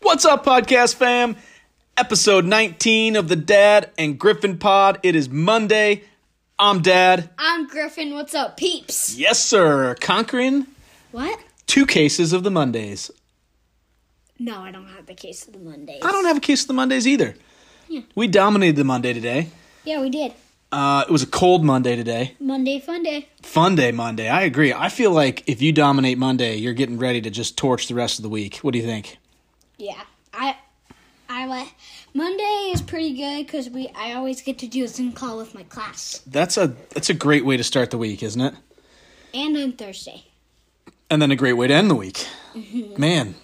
What's up, podcast fam? Episode 19 of the Dad and Griffin Pod. It is Monday. I'm Dad. I'm Griffin. What's up, peeps? Yes, sir. Conquering What? two cases of the Mondays. No, I don't have the case of the Mondays. I don't have a case of the Mondays either. We dominated the Monday today. Yeah, we did. Uh, it was a cold Monday today. Monday fun day. Fun day Monday. I agree. I feel like if you dominate Monday, you're getting ready to just torch the rest of the week. What do you think? Yeah, I, I let Monday is pretty good because we I always get to do a Zoom call with my class, That's a that's a great way to start the week, isn't it? and on Thursday. And then a great way to end the week. Man,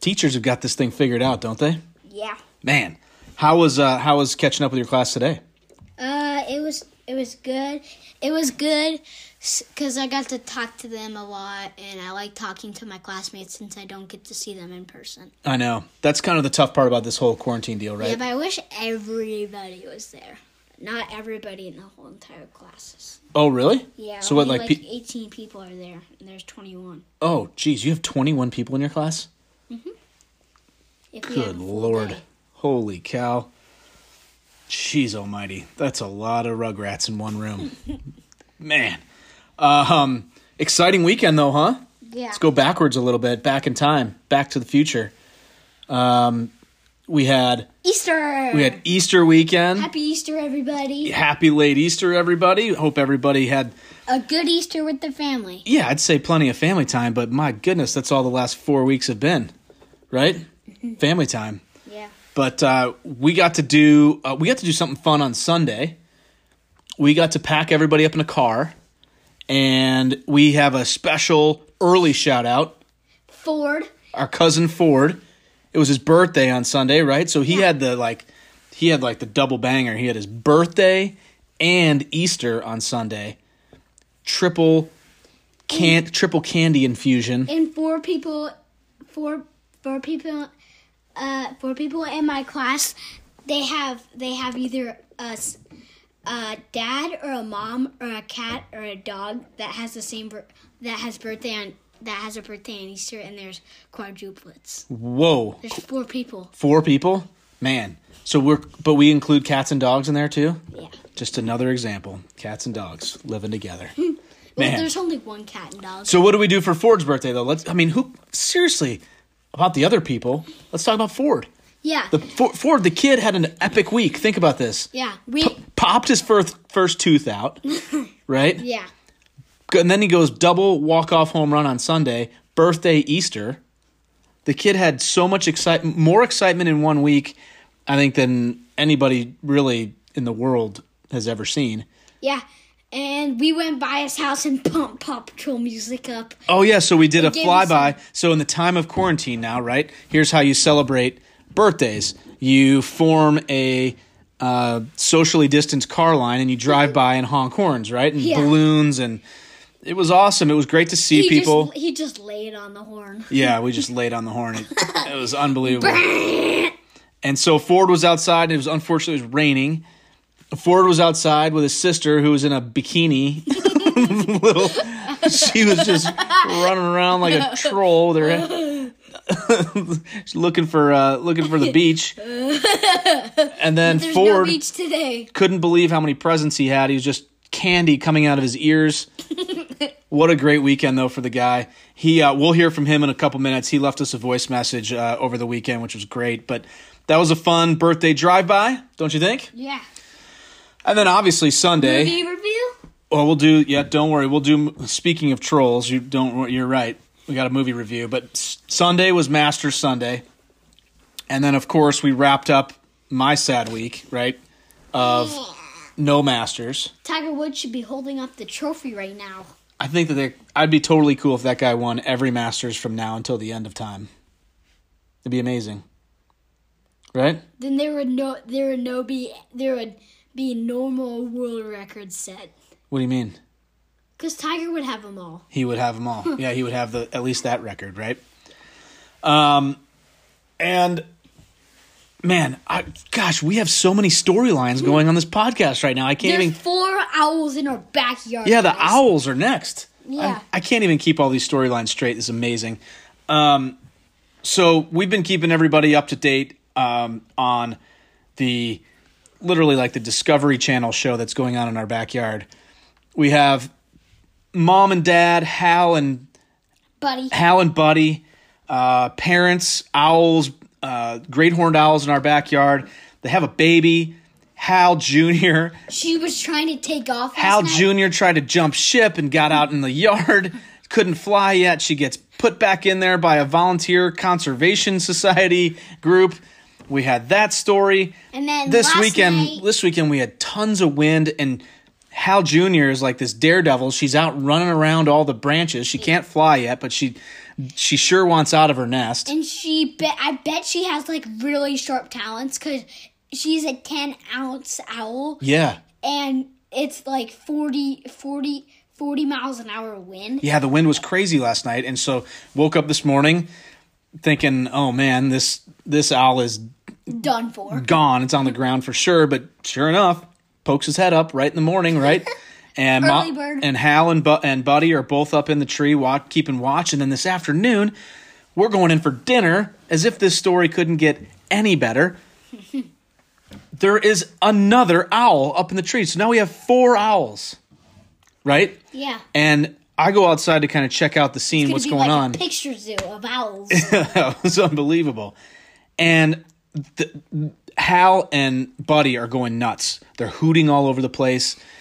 teachers have got this thing figured out, don't they? Yeah. Man, how was uh, how was catching up with your class today? Uh, it was it was good. It was good because I got to talk to them a lot, and I like talking to my classmates since I don't get to see them in person. I know that's kind of the tough part about this whole quarantine deal, Yeah, right? but I wish everybody was there. Not everybody in the whole entire classes. oh, really? Yeah. So what, only, like? like, pe- 18 people are there, and there's 21. oh, geez, you have twenty-one people in your class. If we had a Good full lord, day. holy cow! Jeez Almighty, that's a lot of rugrats in one room. Man, uh, um, exciting weekend though, huh? Yeah. Let's go backwards a little bit, back in time, back to the future. Um, we had Easter. we had Easter weekend. Happy, Happy Easter, everybody. late Easter, everybody. Hope everybody had A good Easter with the family. yeah, I'd say plenty of family time, but my goodness, that's all the last four weeks have been, right? family time. Yeah. But uh, we got to do uh, we got to do something fun on Sunday. We got to pack everybody up in a car, and we have a special early shout out Ford. our cousin Ford. It was his birthday on Sunday, right? So he had the like he had like the double banger. He had his birthday and Easter on Sunday. Triple can triple candy infusion. And four people, four four people, uh, four people in my class. They have they have either a, s- a dad or a mom or a cat or a dog that has the same bir- that has birthday on that has a birthday on Easter, and there's quadruplets. Whoa. There's four people. Four people? Man. So we're but we include cats and dogs in there too? Yeah. Just another example. Cats and dogs living together. Hmm. Well, Man. there's only one cat and dog. So what do we do for Ford's birthday though? Let's I mean, who seriously about the other people? Let's talk about Ford. yeah. The Ford, Ford, the kid had an epic week. Think about this. yeah. We. Popped his first first tooth out, right? yeah. And then he goes double walk off home run on Sunday, birthday Easter. The kid had so much excitement, more excitement in one week, I think than anybody really in the world has ever seen. Yeah. And we went by his house and pumped Paw Patrol music up. Oh yeah, so we did a gave him flyby. So in the time of quarantine now, right? Here's how you celebrate birthdays. You form a uh, socially distanced car line and you drive by and honk horns, right? And Yeah. balloons and it was awesome. It was great to see He people. Just, he just laid on the horn. yeah, we just laid on the horn. It, it was unbelievable. and so Ford was outside and it was unfortunately it was raining. Ford was outside with his sister who was in a bikini. Little, she was just running around like a troll with her She's looking for uh, looking for the beach. And then There's no Ford beach today. couldn't believe how many presents he had. He was just candy coming out of his ears. what a great weekend though for the guy. He uh, we'll hear from him in a couple minutes. He left us a voice message uh, over the weekend, which was great. But that was a fun birthday drive by, don't you think? Yeah. And then obviously Sunday. Movie review? Well, we'll do. Yeah, don't worry. We'll do. Speaking of trolls, you don't. You're right. We got a movie review, but S- Sunday was Master Sunday, and then of course we wrapped up my sad week, right? Of no masters. Tiger Woods should be holding up the trophy right now. I think that they, I'd be totally cool if that guy won every Masters from now until the end of time. It'd be amazing, right? Then there would no there would no be there would be normal world record set. What do you mean? Cause Tiger would have them all. He would have them all. yeah, he would have the at least that record, right? Um, and man, I, gosh, we have so many storylines going on this podcast right now. I can't There's even. four owls in our backyard. Yeah, the guys. owls are next. Yeah. I, I can't even keep all these storylines straight. It's amazing. Um, so we've been keeping everybody up to date um, on the literally like the Discovery Channel show that's going on in our backyard. We have mom and dad, Hal and buddy. Hal and Buddy, uh, parents, owls, uh, great horned owls in our backyard. They have a baby. Hal Jr. She was trying to take off. Hal last night. Jr. tried to jump ship and got out in the yard, couldn't fly yet. She gets put back in there by a volunteer conservation society group. We had that story. And then this last weekend, night- this weekend we had tons of wind and Hal Jr. is like this daredevil. She's out running around all the branches. She can't fly yet, but she she sure wants out of her nest. and she bet I bet she has like really sharp talents because she's a 10 ounce owl Yeah. and it's like 40 40 40 miles an hour wind Yeah, the wind was crazy last night, and so woke up this morning thinking, "Oh man, this this owl is done for gone. It's on the ground for sure. But sure enough, pokes his head up right in the morning, right? And Ma- Early bird. and Hal and Bu- and Buddy are both up in the tree, walk, keeping watch. And then this afternoon, we're going in for dinner, as if this story couldn't get any better. there is another owl up in the tree, so now we have four owls, right? yeah And I go outside to kind of check out the scene, Gonna what's be going like on. a picture zoo of owls That was unbelievable. And th- Hal and Buddy are going nuts. They're hooting all over the place.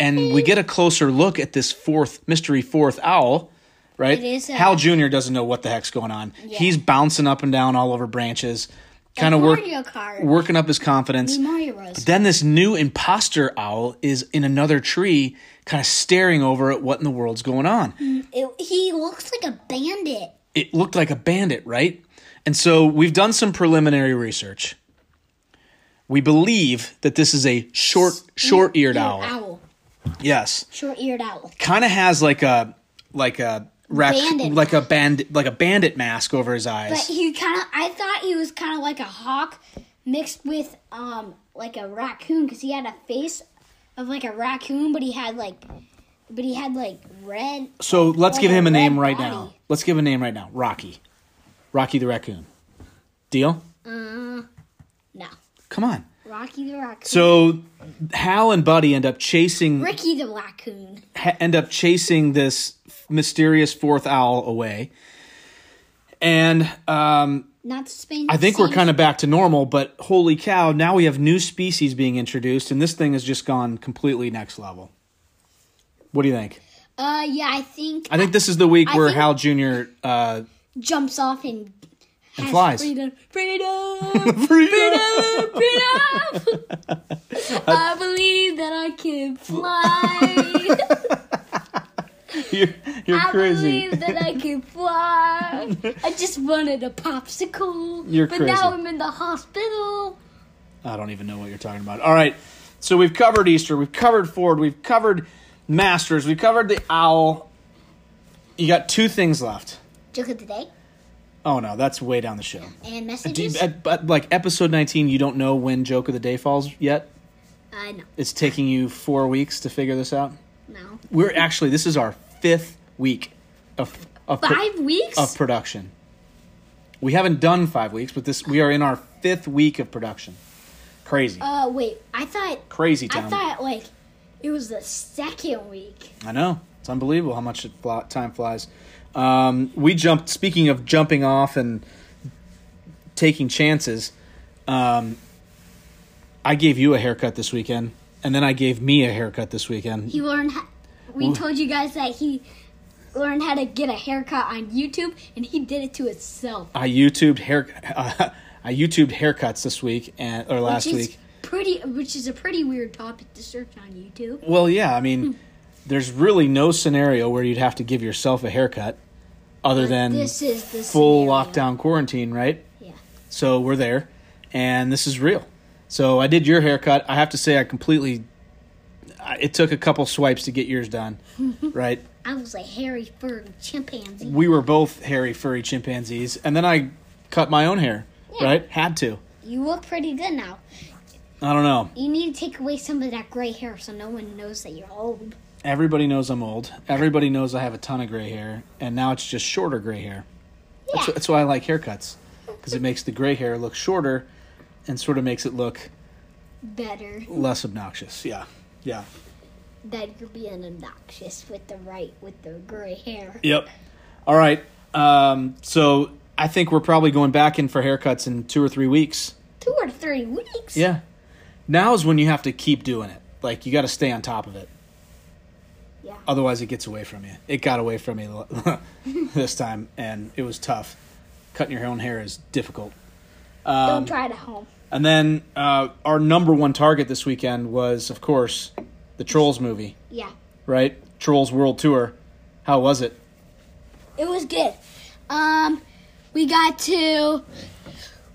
And we get a closer look at this fourth mystery fourth owl, right? It is a- Hal Jr. doesn't know what the heck's going on. He's bouncing up and down all over branches, kind of work, Mario Kart working up his confidence. Mario Bros Then this new imposter owl is in another tree, kind of staring over at what in the world's going on. It- he looks like a bandit it looked like a bandit, right? And so we've done some preliminary research. We believe that this is a short short eared Ear- owl. Yes. short eared owl Kind of has like a like a rac- Bandit like a bandit like a bandit mask over his but eyes. he kind of I thought he was kind of like a hawk mixed with um like a raccoon because he had a face of like a raccoon but he had like but he had like red so let's like give a him a red name right body. now. Let's give a name right now. Rocky. Rocky the raccoon. Deal? no Come on. Rocky the raccoon So Hal and Buddy end up chasing Ricky the raccoon ha- end up chasing this mysterious fourth owl away. And um, not Spain I think we're kind of back to normal, but holy cow, now we have new species being introduced, and this thing has just gone completely next level. What do you think? uh yeah I think I think this is the week where think- Hal Jr. Uh, jumps off and has flies. freedom freedom freedom. I believe that I can fly. you're you're I crazy. believe that I can fly. I just wanted a popsicle. You're but now crazy. I'm in the hospital. I don't even know what you're talking about. All right. So we've covered Easter, we've covered Ford, we've covered Masters, we've covered the owl. You got two things left. Joke of the day Oh no, that's way down the show. and Do you, messages. at, but like episode 19, you don't know when joke of the day falls yet. uh, no, It's taking you four weeks to figure this out. no. We're actually this is our fifth week of of, pro- Five weeks. of production. We haven't done five weeks, but this we are in our fifth week of production. Crazy, uh, wait. I thought. crazy I time. thought like it was the second week. I know. It's unbelievable how much it fly, time flies. Um, we jumped, speaking of jumping off and taking chances, um, I gave you a haircut this weekend, and then I gave me a haircut this weekend. He learned. How, we told you guys that he learned how to get a haircut on YouTube, and he did it to himself, I YouTubed hair, I YouTubed haircuts this week and Oh, or last which is week. pretty. Which is a pretty weird topic to search on YouTube. Well, yeah, I Hmm. mean, there's really no scenario where you'd have to give yourself a haircut, other than this is the full scenario. lockdown quarantine, right? Yeah. So we're there, and this is real. So I did your haircut. I have to say, I completely. I- It took a couple swipes to get yours done, right? I was a hairy furry chimpanzee. We were both hairy, furry chimpanzees, and then I cut my own hair, Yeah. right? Had to. You look pretty good now. I don't know. You need to take away some of that gray hair so no one knows that you're old. Everybody knows I'm old. Everybody knows I have a ton of gray hair, and now it's just shorter gray hair. That's, Yeah. that's why I like haircuts because it makes the gray hair look shorter and sort of makes it look Better less obnoxious. Yeah. Yeah. that you're being obnoxious with the right with the gray hair. Yep. All right. Um, so I think we're probably going back in for haircuts in two or three weeks. Two or three weeks. Yeah. Now is when you have to keep doing it. Like you got to stay on top of it. Yeah. Otherwise, it gets away from you. It got away from me this time, and it was tough. Cutting your own hair is difficult. Um, Don't try it at home. And then uh, our number one target this weekend was, of course, the Trolls movie, Yeah. right? Trolls World Tour. How was it? It was good. Um, we got to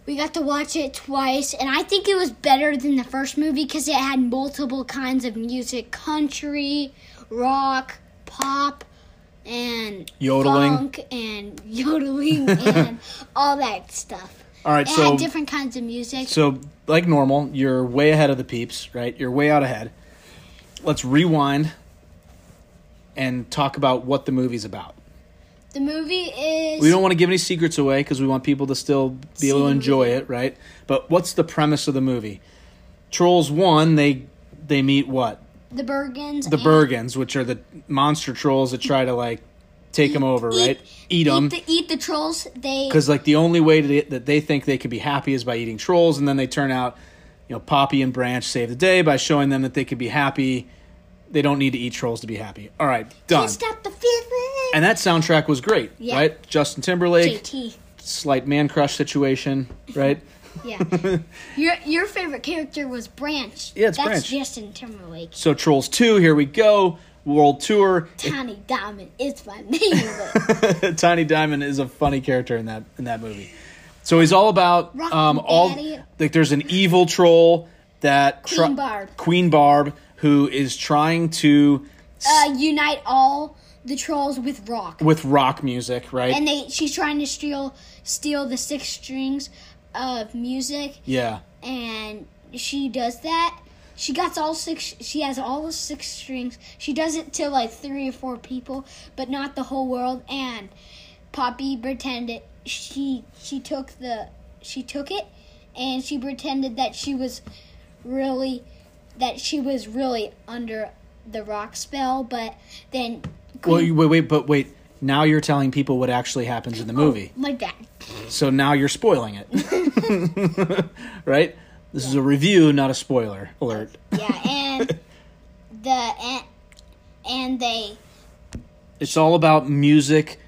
we got to watch it twice, and I think it was better than the first movie because it had multiple kinds of music: country, rock, pop, and Yodeling. funk and yodeling, and all that stuff. All right, It so had different kinds of music. So, like normal, you're way ahead of the peeps, right? You're way out ahead. Let's rewind and talk about what the movie's about. the movie is We don't want to give any secrets away because we want people to still be able to See. enjoy it, right? But what's the premise of the movie? Trolls 1, they they meet what? the Bergens. The Bergens, which are the monster trolls that try to like take them over, eat- right? Eat them. Eat the, eat the trolls. They because like the only way to, that they think they could be happy is by eating trolls and then they turn out you know poppy and branch save the day by showing them that they could be happy they don't need to eat trolls to be happy all right done can't stop the feeling. and that soundtrack was great Yeah. right justin timberlake JT. slight man crush situation right Yeah. your your favorite character was Branch. Yeah, it's That's Branch. Justin Timberlake. so trolls 2 here we go world tour Tiny Diamond is my name. tiny diamond is a funny character in that in that movie so he's all about Rock um all Daddy. like there's an evil troll that tr- Queen Barb. Queen Barb, who is trying to uh, unite all the trolls with rock, with rock music, right? and they she's trying to steal steal the six strings of music, yeah. and she does that. She got all six. She has all the six strings. She does it to like three or four people, but not the whole world. And Poppy pretended she she took the she took it, and she pretended that she was really that she was really under the rock spell. But then Well, you, wait, wait, but wait. Now you're telling people what actually happens in the movie. my dad. Oh. So now you're spoiling it. right? This is a review, not a spoiler alert. Yeah, and the and, and they It's all about music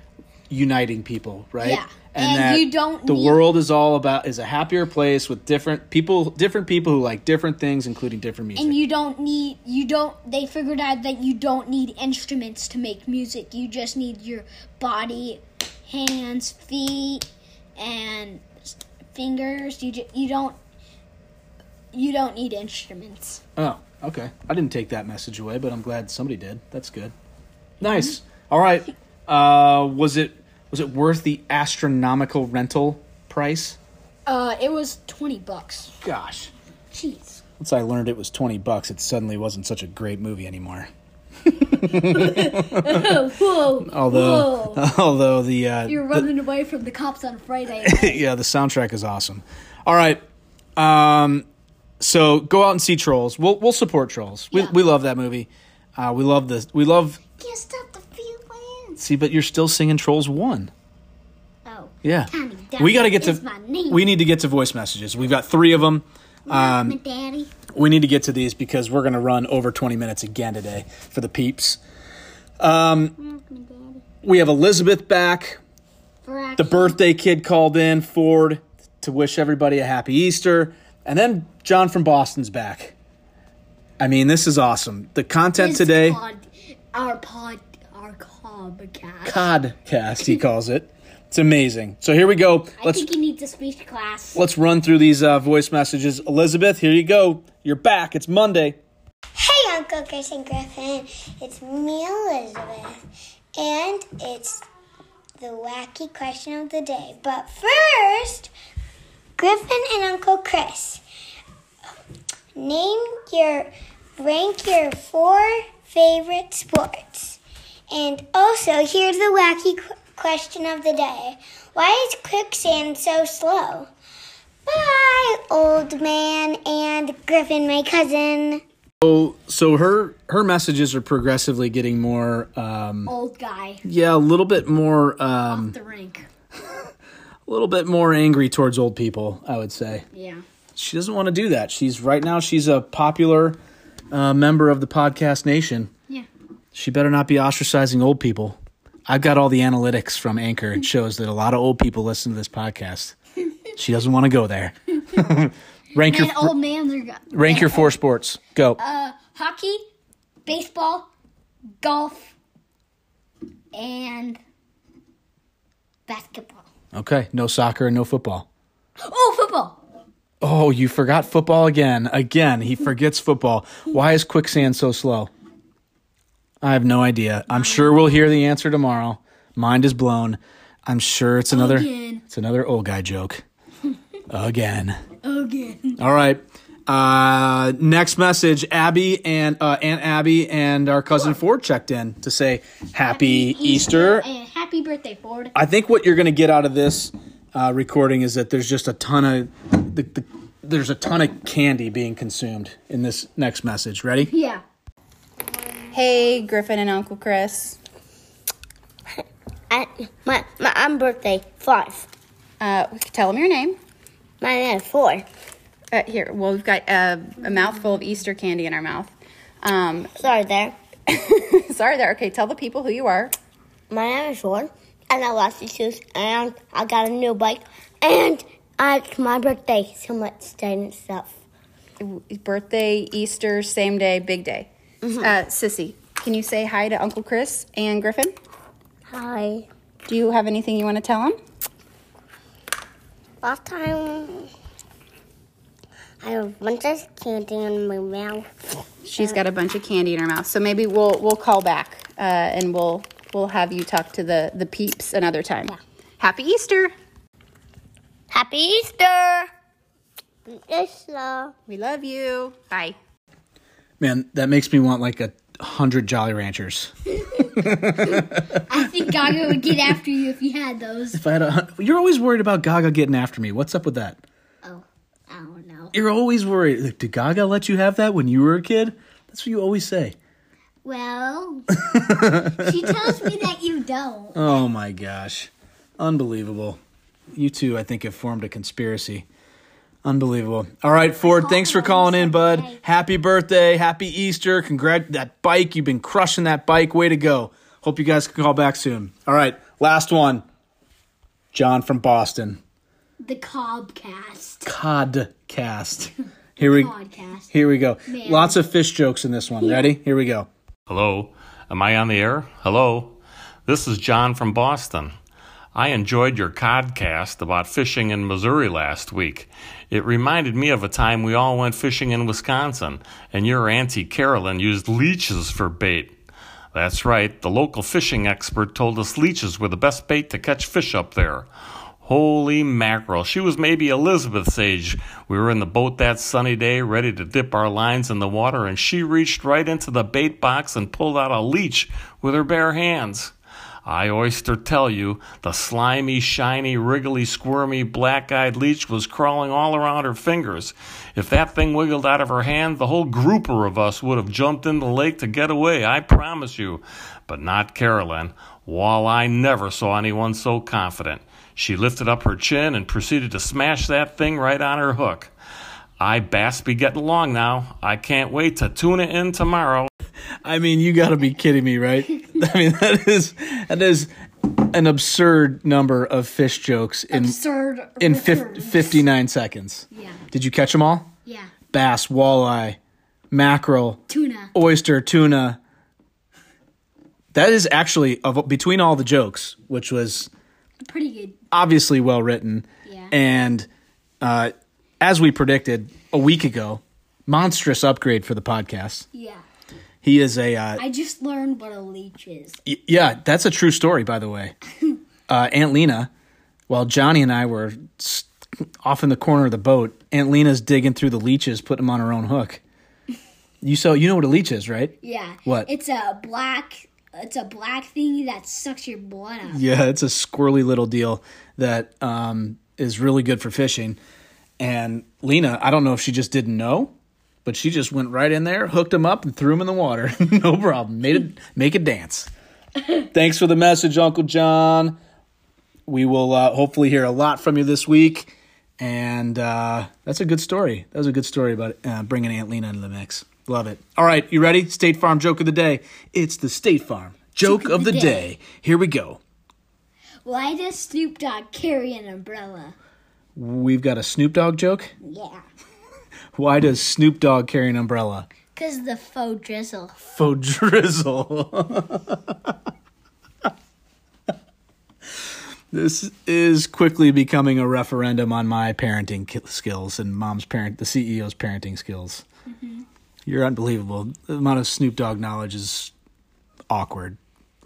uniting people, right? Yeah. And you don't the need- world is all about is a happier place with different people different people who like different things including different music. And you don't need you don't they figured out that you don't need instruments to make music. You just need your body, hands, feet and s- fingers. You ju- you don't you don't need instruments. Oh, okay. I didn't take that message away, but I'm glad somebody did. That's good. Nice. Mm-hmm. All right. Uh, was it was it worth the astronomical rental price? Uh it was 20 bucks. Gosh. Jeez. Once I learned it was twenty bucks, it suddenly wasn't such a great movie anymore. Oh, whoa. Although, whoa. although the uh, You're running away from the cops on Friday. yeah, the soundtrack is awesome. All right. Um, so go out and see Trolls. We'll we'll support Trolls. We Yeah. we love that movie. Uh, we love this. We love Can't stop the feelings. see, but you're still singing Trolls one. Oh. Yeah. Tiny We got to Diamond get to is my name. we need to get to voice messages. We've got 3 of them. um, Mom and daddy. We need to get to these because we're going to run over 20 minutes again today for the peeps. Mom and daddy. We have Elizabeth back. Barack The birthday kid called in Ford to wish everybody a happy Easter. And then John from Boston's back. I mean, this is awesome. The content It's today pod- our pod, our podcast. podcast he calls it. It's amazing. So here we go. I Let's think he needs a speech class. let's run through these uh, voice messages. Elizabeth, here you go. You're back. It's Monday. Hey, Uncle Chris and Griffin. It's me, Elizabeth. And it's the wacky question of the day. But first, Griffin and Uncle Chris. Name your rank your four favorite sports. And also, here's the wacky qu- question of the day. Why is quicksand so slow? Bye, old man and Griffin, my cousin. So, so her her messages are progressively getting more, um, Old guy. yeah, a little bit more, um, The rink. a little bit more angry towards old people. I would say Yeah. she doesn't want to do that. She's right now she's a popular uh, member of the podcast nation. Yeah. She better not be ostracizing old people. I've got all the analytics from Anchor. It shows that a lot of old people listen to this podcast. She doesn't want to go there. rank your And old man's are go- rank your four sports. Go. uh, hockey, baseball, golf, and basketball. Okay. No soccer and no football. Oh, football. Oh, you forgot football again. Again, he forgets football. Why is quicksand so slow? I have no idea. I'm sure we'll hear the answer tomorrow. Mind is blown. I'm sure it's another Again. it's another old guy joke. again. Again. All right. Uh, next message: Abby and uh, Aunt Abby and our cousin Ford checked in to say Happy, Easter. And happy birthday, Ford. I think what you're going to get out of this uh, recording is that there's just a ton of the, the, there's a ton of candy being consumed in this next message. Ready? Yeah. Hey, Griffin and Uncle Chris. I, my, my, I'm birthday five. Uh, tell them your name. My name is four. Uh, here, well, we've got uh, a mouthful of Easter candy in our mouth. Um, Sorry there. sorry there. Okay, tell the people who you are. My name is four, and I lost the shoes, and I got a new bike, and uh, it's my birthday, so much day and stuff. Birthday, Easter, same day, big day. Uh, Sissy, can you say hi to Uncle Chris and Griffin? Hi. Do you have anything you want to tell them? Last time, I had a bunch of candy in my mouth. She's got a bunch of candy in her mouth, so maybe we'll we'll call back uh, and we'll we'll have you talk to the the peeps another time. Happy Easter! Happy Easter! Easter. We love you. Bye. Man, that makes me want like a hundred Jolly Ranchers. I think Gaga would get after you if you had those. If I had a, hun- you're always worried about Gaga getting after me. What's up with that? Oh, I don't know. You're always worried. Like, did Gaga let you have that when you were a kid? That's what you always say. Well, she tells me that you don't. Oh my gosh. Unbelievable. You two, I think, have formed a conspiracy. Unbelievable. All right, Ford, thanks for calling in, bud. Happy birthday. Happy Easter. Congrat that bike. You've been crushing that bike. Way to go. Hope you guys can call back soon. All right, last one. John from Boston. The Cobcast Codcast. Here we podcast. here we go. Lots of fish jokes in this one. Ready? Here we go. Hello, am I on the air? Hello, this is John from Boston. I enjoyed your podcast about fishing in Missouri last week. It reminded me of a time we all went fishing in Wisconsin, and your auntie Carolyn used leeches for bait. That's right, the local fishing expert told us leeches were the best bait to catch fish up there. Holy mackerel, she was maybe Elizabeth's age. We were in the boat that sunny day, ready to dip our lines in the water, and she reached right into the bait box and pulled out a leech with her bare hands. I oyster tell you, the slimy, shiny, wriggly, squirmy, black eyed leech was crawling all around her fingers. If that thing wiggled out of her hand, the whole grouper of us would have jumped in the lake to get away, I promise you. But not Carolyn. Wall, I never saw anyone so confident. She lifted up her chin and proceeded to smash that thing right on her hook. I bass be getting along now. I can't wait to tune it in tomorrow. I mean, you got to be kidding me, right? I mean, that is that is an absurd number of fish jokes in Absurd. in returns. fif- 59 seconds. Yeah. Did you catch them all? Yeah. Bass, walleye, mackerel, Tuna. oyster, tuna. That is actually of between all the jokes, which was Pretty good. obviously well written. Yeah. And uh, as we predicted a week ago, monstrous upgrade for the podcast. Yeah. He is a uh, I just learned what a leech is. Y- Yeah, that's a true story, by the way. Uh, Aunt Lena, while Johnny and I were s- off in the corner of the boat. Aunt Lena's digging through the leeches, putting them on her own hook. You so you know what a leech is, right? Yeah. What? It's a black. It's a black thingy that sucks your blood out. Yeah, it's a squirrely little deal that um, is really good for fishing. And Lena, I don't know if she just didn't know, but she just went right in there, hooked him up, and threw him in the water. no problem. Made it make it dance. Thanks for the message, Uncle John. We will uh, hopefully hear a lot from you this week. And uh, that's a good story. That was a good story about uh, bringing Aunt Lena into the mix. Love it. All right, you ready? State Farm joke of the day. It's the State Farm joke, of the day. Here we go. Why does Snoop Dogg carry an umbrella? We've got a Snoop Dogg joke. Yeah. Why does Snoop Dogg carry an umbrella? Cause the faux drizzle. Faux drizzle. this is quickly becoming a referendum on my parenting ki- skills and mom's parent, the CEO's parenting skills. Mm-hmm. You're unbelievable. The amount of Snoop Dogg knowledge is awkward.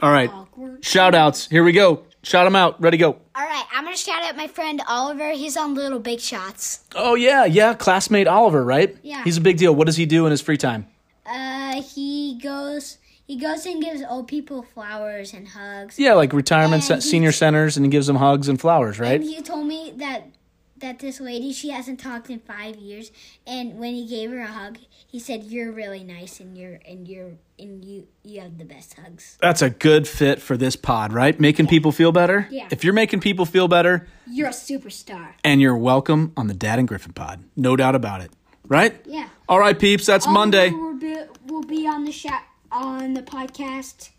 All right. Awkward. Shout outs. Here we go. Shout them out. Ready, go. All right, I'm gonna shout out my friend Oliver. He's on Little Big Shots. Oh, yeah. Yeah. Classmate Oliver, right? Yeah. He's a big deal. What does he do in his free time? Uh, he goes. He goes and gives old people flowers and hugs. Yeah, like retirement And ce- senior he's- centers, and he gives them hugs and flowers, right? And he told me that that this lady she hasn't talked in five years, and when he gave her a hug, he said, "You're really nice, and you're and you're and you you have the best hugs." That's a good fit for this pod, right? Making people feel better. Yeah. If you're making people feel better, You're a superstar. and you're welcome on the Dad and Griffin pod, no doubt about it, right? Yeah. All right, peeps, that's Monday. We'll be, we'll be on the shot on the podcast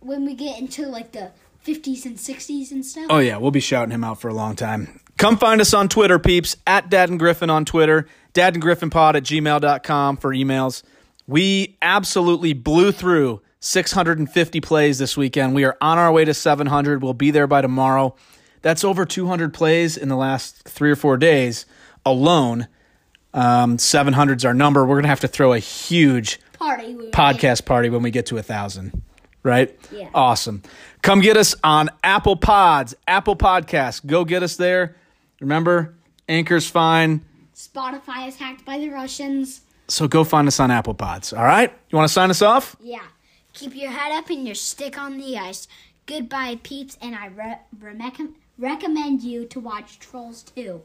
when we get into like the 50s and 60s and stuff. Oh yeah, we'll be shouting him out for a long time. Come find us on Twitter, peeps, at Dad and Griffin on Twitter, Dad and Griffin Pod at gmail.com for emails. We absolutely blew through 650 plays this weekend. We are on our way to 700. We'll be there by tomorrow. That's over 200 plays in the last three or four days alone. Um, 700's our number. We're going to have to throw a huge Party. we were podcast party when we get to a thousand right yeah awesome come get us on apple pods apple podcasts go get us there remember anchor's fine like, Spotify is hacked by the Russians. so go find us on apple pods all right you want to sign us off Yeah. Keep your head up and your stick on the ice. Goodbye, peeps, and I re- remec- recommend you to watch Trolls 2.